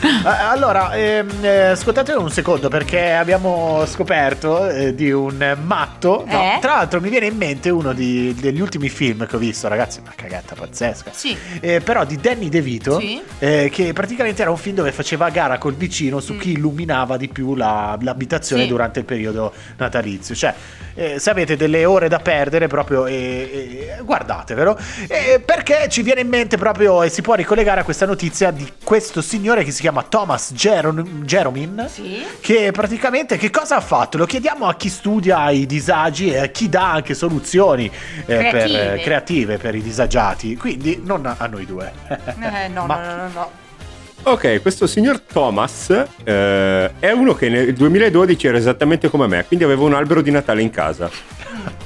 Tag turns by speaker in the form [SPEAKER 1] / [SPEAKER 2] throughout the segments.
[SPEAKER 1] Eh, allora, ehm, eh, ascoltate un secondo perché abbiamo scoperto eh, di un matto. No,
[SPEAKER 2] Eh?
[SPEAKER 1] Tra l'altro mi viene in mente uno di- degli ultimi film che ho visto, ragazzi, una cagata pazzesca.
[SPEAKER 2] Sì.
[SPEAKER 1] Eh, però di Danny DeVito,
[SPEAKER 2] Sì.
[SPEAKER 1] eh, che praticamente era un film dove faceva gara col vicino su
[SPEAKER 2] Mm.
[SPEAKER 1] chi illuminava di più la- l'abitazione
[SPEAKER 2] Sì.
[SPEAKER 1] durante il periodo natalizio. Cioè, eh, se avete delle ore da perdere, proprio eh, eh, guardatevelo. Eh, perché ci viene in mente proprio e si può ricollegare a questa notizia di questo signore che si chiama Thomas Jeron- Jeromin.
[SPEAKER 2] Sì.
[SPEAKER 1] Che praticamente che cosa ha fatto? Lo chiediamo a chi studia i disagi e a chi dà anche soluzioni eh, per,
[SPEAKER 2] Creative.
[SPEAKER 1] eh, creative per i disagiati. Quindi non a a noi due.
[SPEAKER 2] Eh, no,
[SPEAKER 1] Ma-
[SPEAKER 2] no, no, no, no.
[SPEAKER 3] Ok, questo signor Thomas eh, è uno che nel 2012 era esattamente come me, quindi aveva un albero di Natale in casa.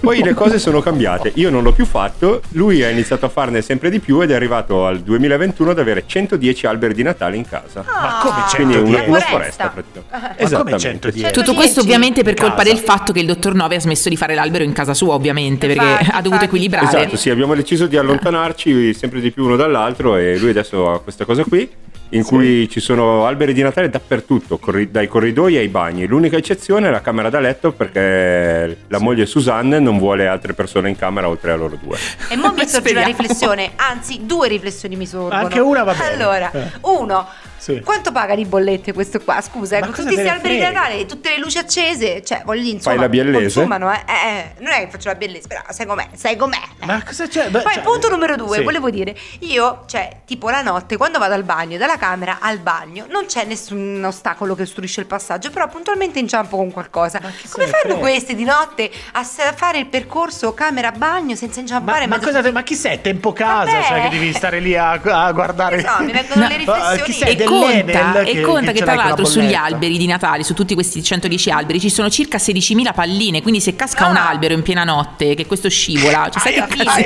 [SPEAKER 3] Poi le cose sono cambiate, io non l'ho più fatto, lui ha iniziato a farne sempre di più ed è arrivato al 2021 ad avere 110 alberi di Natale in casa.
[SPEAKER 1] Ma come
[SPEAKER 2] Ah, Eh, cioè,
[SPEAKER 3] Quindi
[SPEAKER 1] cento
[SPEAKER 3] una,
[SPEAKER 1] dieci?
[SPEAKER 3] una
[SPEAKER 2] foresta.
[SPEAKER 3] foresta praticamente.
[SPEAKER 1] Ma come
[SPEAKER 3] Esattamente,
[SPEAKER 1] 110?
[SPEAKER 2] sì.
[SPEAKER 4] Tutto questo ovviamente per colpa
[SPEAKER 1] Casa.
[SPEAKER 4] del fatto che il dottor Nove ha smesso di fare l'albero in casa sua, ovviamente, perché
[SPEAKER 2] Infatti,
[SPEAKER 4] ha dovuto
[SPEAKER 2] infatti.
[SPEAKER 4] equilibrare.
[SPEAKER 3] Esatto, sì, abbiamo deciso di allontanarci sempre di più uno dall'altro e lui adesso ha questa cosa qui in cui ci sono alberi di Natale dappertutto, corri- dai corridoi ai bagni. L'unica eccezione è la camera da letto perché la moglie Susanne non vuole altre persone in camera oltre a loro due.
[SPEAKER 2] E mo mi sorge una
[SPEAKER 4] Speriamo.
[SPEAKER 2] riflessione, anzi due riflessioni mi sorgono.
[SPEAKER 1] Anche una va bene.
[SPEAKER 2] Allora,
[SPEAKER 1] Eh.
[SPEAKER 2] uno,
[SPEAKER 1] Sì.
[SPEAKER 2] quanto paga di bollette questo qua? Scusa, eh,
[SPEAKER 1] Ma
[SPEAKER 2] con
[SPEAKER 1] cosa
[SPEAKER 2] tutti
[SPEAKER 1] te
[SPEAKER 2] questi
[SPEAKER 1] ne
[SPEAKER 2] alberi di
[SPEAKER 1] frega?
[SPEAKER 2] Natale, tutte le luci accese, cioè voglio dire, insomma,
[SPEAKER 3] Fai la biellese?
[SPEAKER 2] consumano, eh. Eh, eh, non è che faccio la biellese, però sai com'è, sai com'è. eh.
[SPEAKER 1] Ma cosa c'è? Beh,
[SPEAKER 2] Poi
[SPEAKER 1] cioè-
[SPEAKER 2] punto numero due,
[SPEAKER 1] Sì.
[SPEAKER 2] volevo dire, io, cioè, tipo la notte, quando vado al bagno, dalla camera al bagno, non c'è nessun ostacolo che ostruisce il passaggio, però puntualmente inciampo con qualcosa.
[SPEAKER 1] chi se
[SPEAKER 2] Come
[SPEAKER 1] ne
[SPEAKER 2] fanno
[SPEAKER 1] frega?
[SPEAKER 2] questi di notte a s- fare il percorso camera-bagno senza
[SPEAKER 1] Ma,
[SPEAKER 2] inciampare?
[SPEAKER 1] ma
[SPEAKER 2] mezzo-
[SPEAKER 1] cosa te- ma chi sei? Tempo casa,
[SPEAKER 2] Vabbè.
[SPEAKER 1] cioè che devi stare lì a, a guardare.
[SPEAKER 2] No, mi vengono
[SPEAKER 4] No.
[SPEAKER 2] le
[SPEAKER 1] Ah, chi
[SPEAKER 2] riflessioni.
[SPEAKER 1] sei?
[SPEAKER 4] E
[SPEAKER 1] È
[SPEAKER 4] conta,
[SPEAKER 1] dell'Enel
[SPEAKER 4] e
[SPEAKER 1] che-
[SPEAKER 4] conta
[SPEAKER 1] che
[SPEAKER 4] che,
[SPEAKER 1] ce l'hai
[SPEAKER 4] tra
[SPEAKER 1] con la
[SPEAKER 4] l'altro sugli
[SPEAKER 1] bolletta.
[SPEAKER 4] alberi di Natale, su tutti questi 110 alberi, ci sono circa 16.000 palline, quindi se casca un
[SPEAKER 2] Ah.
[SPEAKER 4] albero in piena notte, che questo scivola, cioè, sai che
[SPEAKER 1] Aia,
[SPEAKER 4] casino.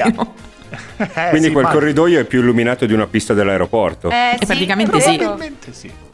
[SPEAKER 1] aia. Eh,
[SPEAKER 3] Quindi
[SPEAKER 1] sì,
[SPEAKER 3] quel
[SPEAKER 1] ma-
[SPEAKER 3] corridoio è più illuminato di una pista dell'aeroporto.
[SPEAKER 2] Eh,
[SPEAKER 4] È praticamente sì.
[SPEAKER 1] Probabilmente sì.